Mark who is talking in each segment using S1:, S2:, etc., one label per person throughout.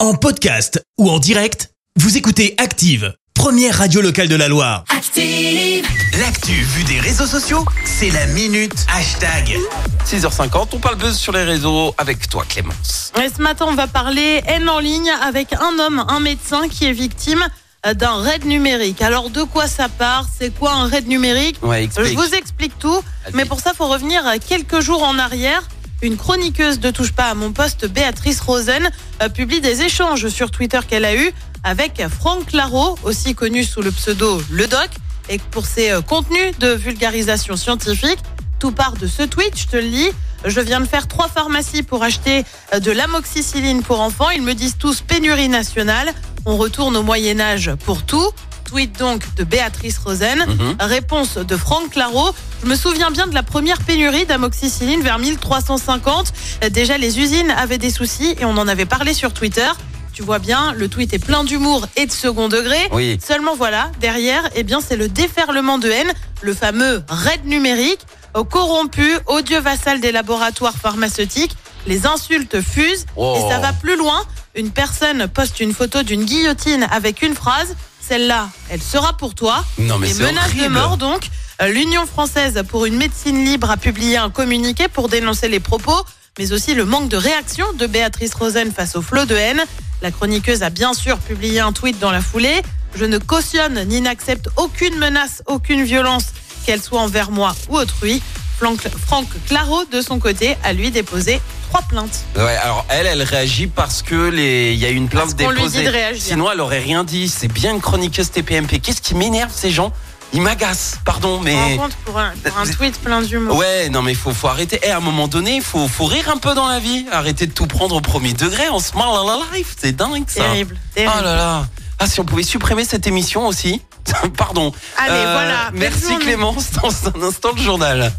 S1: En podcast ou en direct, vous écoutez Active, première radio locale de la Loire.
S2: Active.
S3: L'actu vue des réseaux sociaux, c'est la minute hashtag.
S4: 6h50, on parle buzz sur les réseaux avec toi Clémence.
S5: Et ce matin, on va parler haine en ligne avec un homme, un médecin qui est victime euh, d'un raid numérique. Alors, de quoi ça part C'est quoi un raid numérique
S4: Ouais,
S5: Je
S4: explique.
S5: vous explique tout,
S4: Vas-y.
S5: mais pour ça, faut revenir euh, quelques jours en arrière. Une chroniqueuse de Touche pas à mon poste, Béatrice Rosen, euh, publie des échanges sur Twitter qu'elle a eus avec Franck Laro, aussi connu sous le pseudo Le Doc, et pour ses euh, contenus de vulgarisation scientifique. Tout part de ce tweet, je te le lis. Je viens de faire trois pharmacies pour acheter euh, de l'amoxicilline pour enfants. Ils me disent tous pénurie nationale. On retourne au Moyen-Âge pour tout. Tweet donc de Béatrice Rosen.
S4: Mhm.
S5: Réponse de Franck Claro. Je me souviens bien de la première pénurie d'amoxicilline vers 1350. Euh, Déjà, les usines avaient des soucis et on en avait parlé sur Twitter. Tu vois bien, le tweet est plein d'humour et de second degré.
S4: Oui,
S5: Seulement voilà, derrière, eh bien, c'est le déferlement de haine, le fameux raid numérique, Au corrompu, odieux vassal des laboratoires pharmaceutiques. Les insultes fusent
S4: Oh.
S5: et ça va plus loin. Une personne poste une photo d'une guillotine avec une phrase. Celle-là, elle sera pour toi.
S4: non mais
S5: Les
S4: c'est
S5: menaces
S4: horrible.
S5: de mort, donc. Euh, L'Union française pour une médecine libre a publié un communiqué pour dénoncer les propos, mais aussi le manque de réaction de Béatrice Rosen face au flot de haine. La chroniqueuse a bien sûr publié un tweet dans la foulée. Je ne cautionne ni n'accepte aucune menace, aucune violence, qu'elle soit envers moi ou autrui. Franck, Franck Claro, de son côté, a lui déposé trois plaintes.
S4: Ouais, alors elle, elle réagit parce que les, il y a eu une plainte
S5: Parce qu'on lui
S4: déposée.
S5: dit de réagir.
S4: Sinon, elle aurait rien dit. C'est bien une chroniqueuse TPMP. Qu'est-ce qui m'énerve ces gens Ils m'agacent. Pardon,
S5: Tu te
S4: mais
S5: rends compte pour un, pour un tweet plein d'humour.
S4: ouais, non mais faut, faut arrêter. Et à un moment donné, il faut, faut rire un peu dans la vie. Arrêter de tout prendre au premier degré. On se marre la la life. C'est dingue ça.
S5: terrible, terrible.
S4: Oh là là. Ah, si on pouvait supprimer cette émission aussi. Pardon.
S5: Allez,
S4: Euh,
S5: voilà. Belle
S4: Merci
S5: journée.
S4: Clémence. Dans un instant, le journal.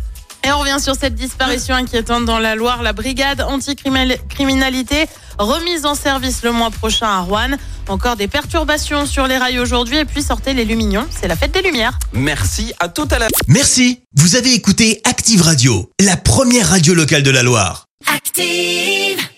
S5: Et on revient sur cette disparition inquiétante dans la Loire. La brigade anticriminalité remise en service le mois prochain à Rouen. Encore des perturbations sur les rails aujourd'hui. Et puis sortez les lumignons, c'est la fête des Lumières.
S4: Merci, à tout à l'heure.
S1: Merci, vous avez écouté Active Radio, la première radio locale de la Loire.
S2: Active.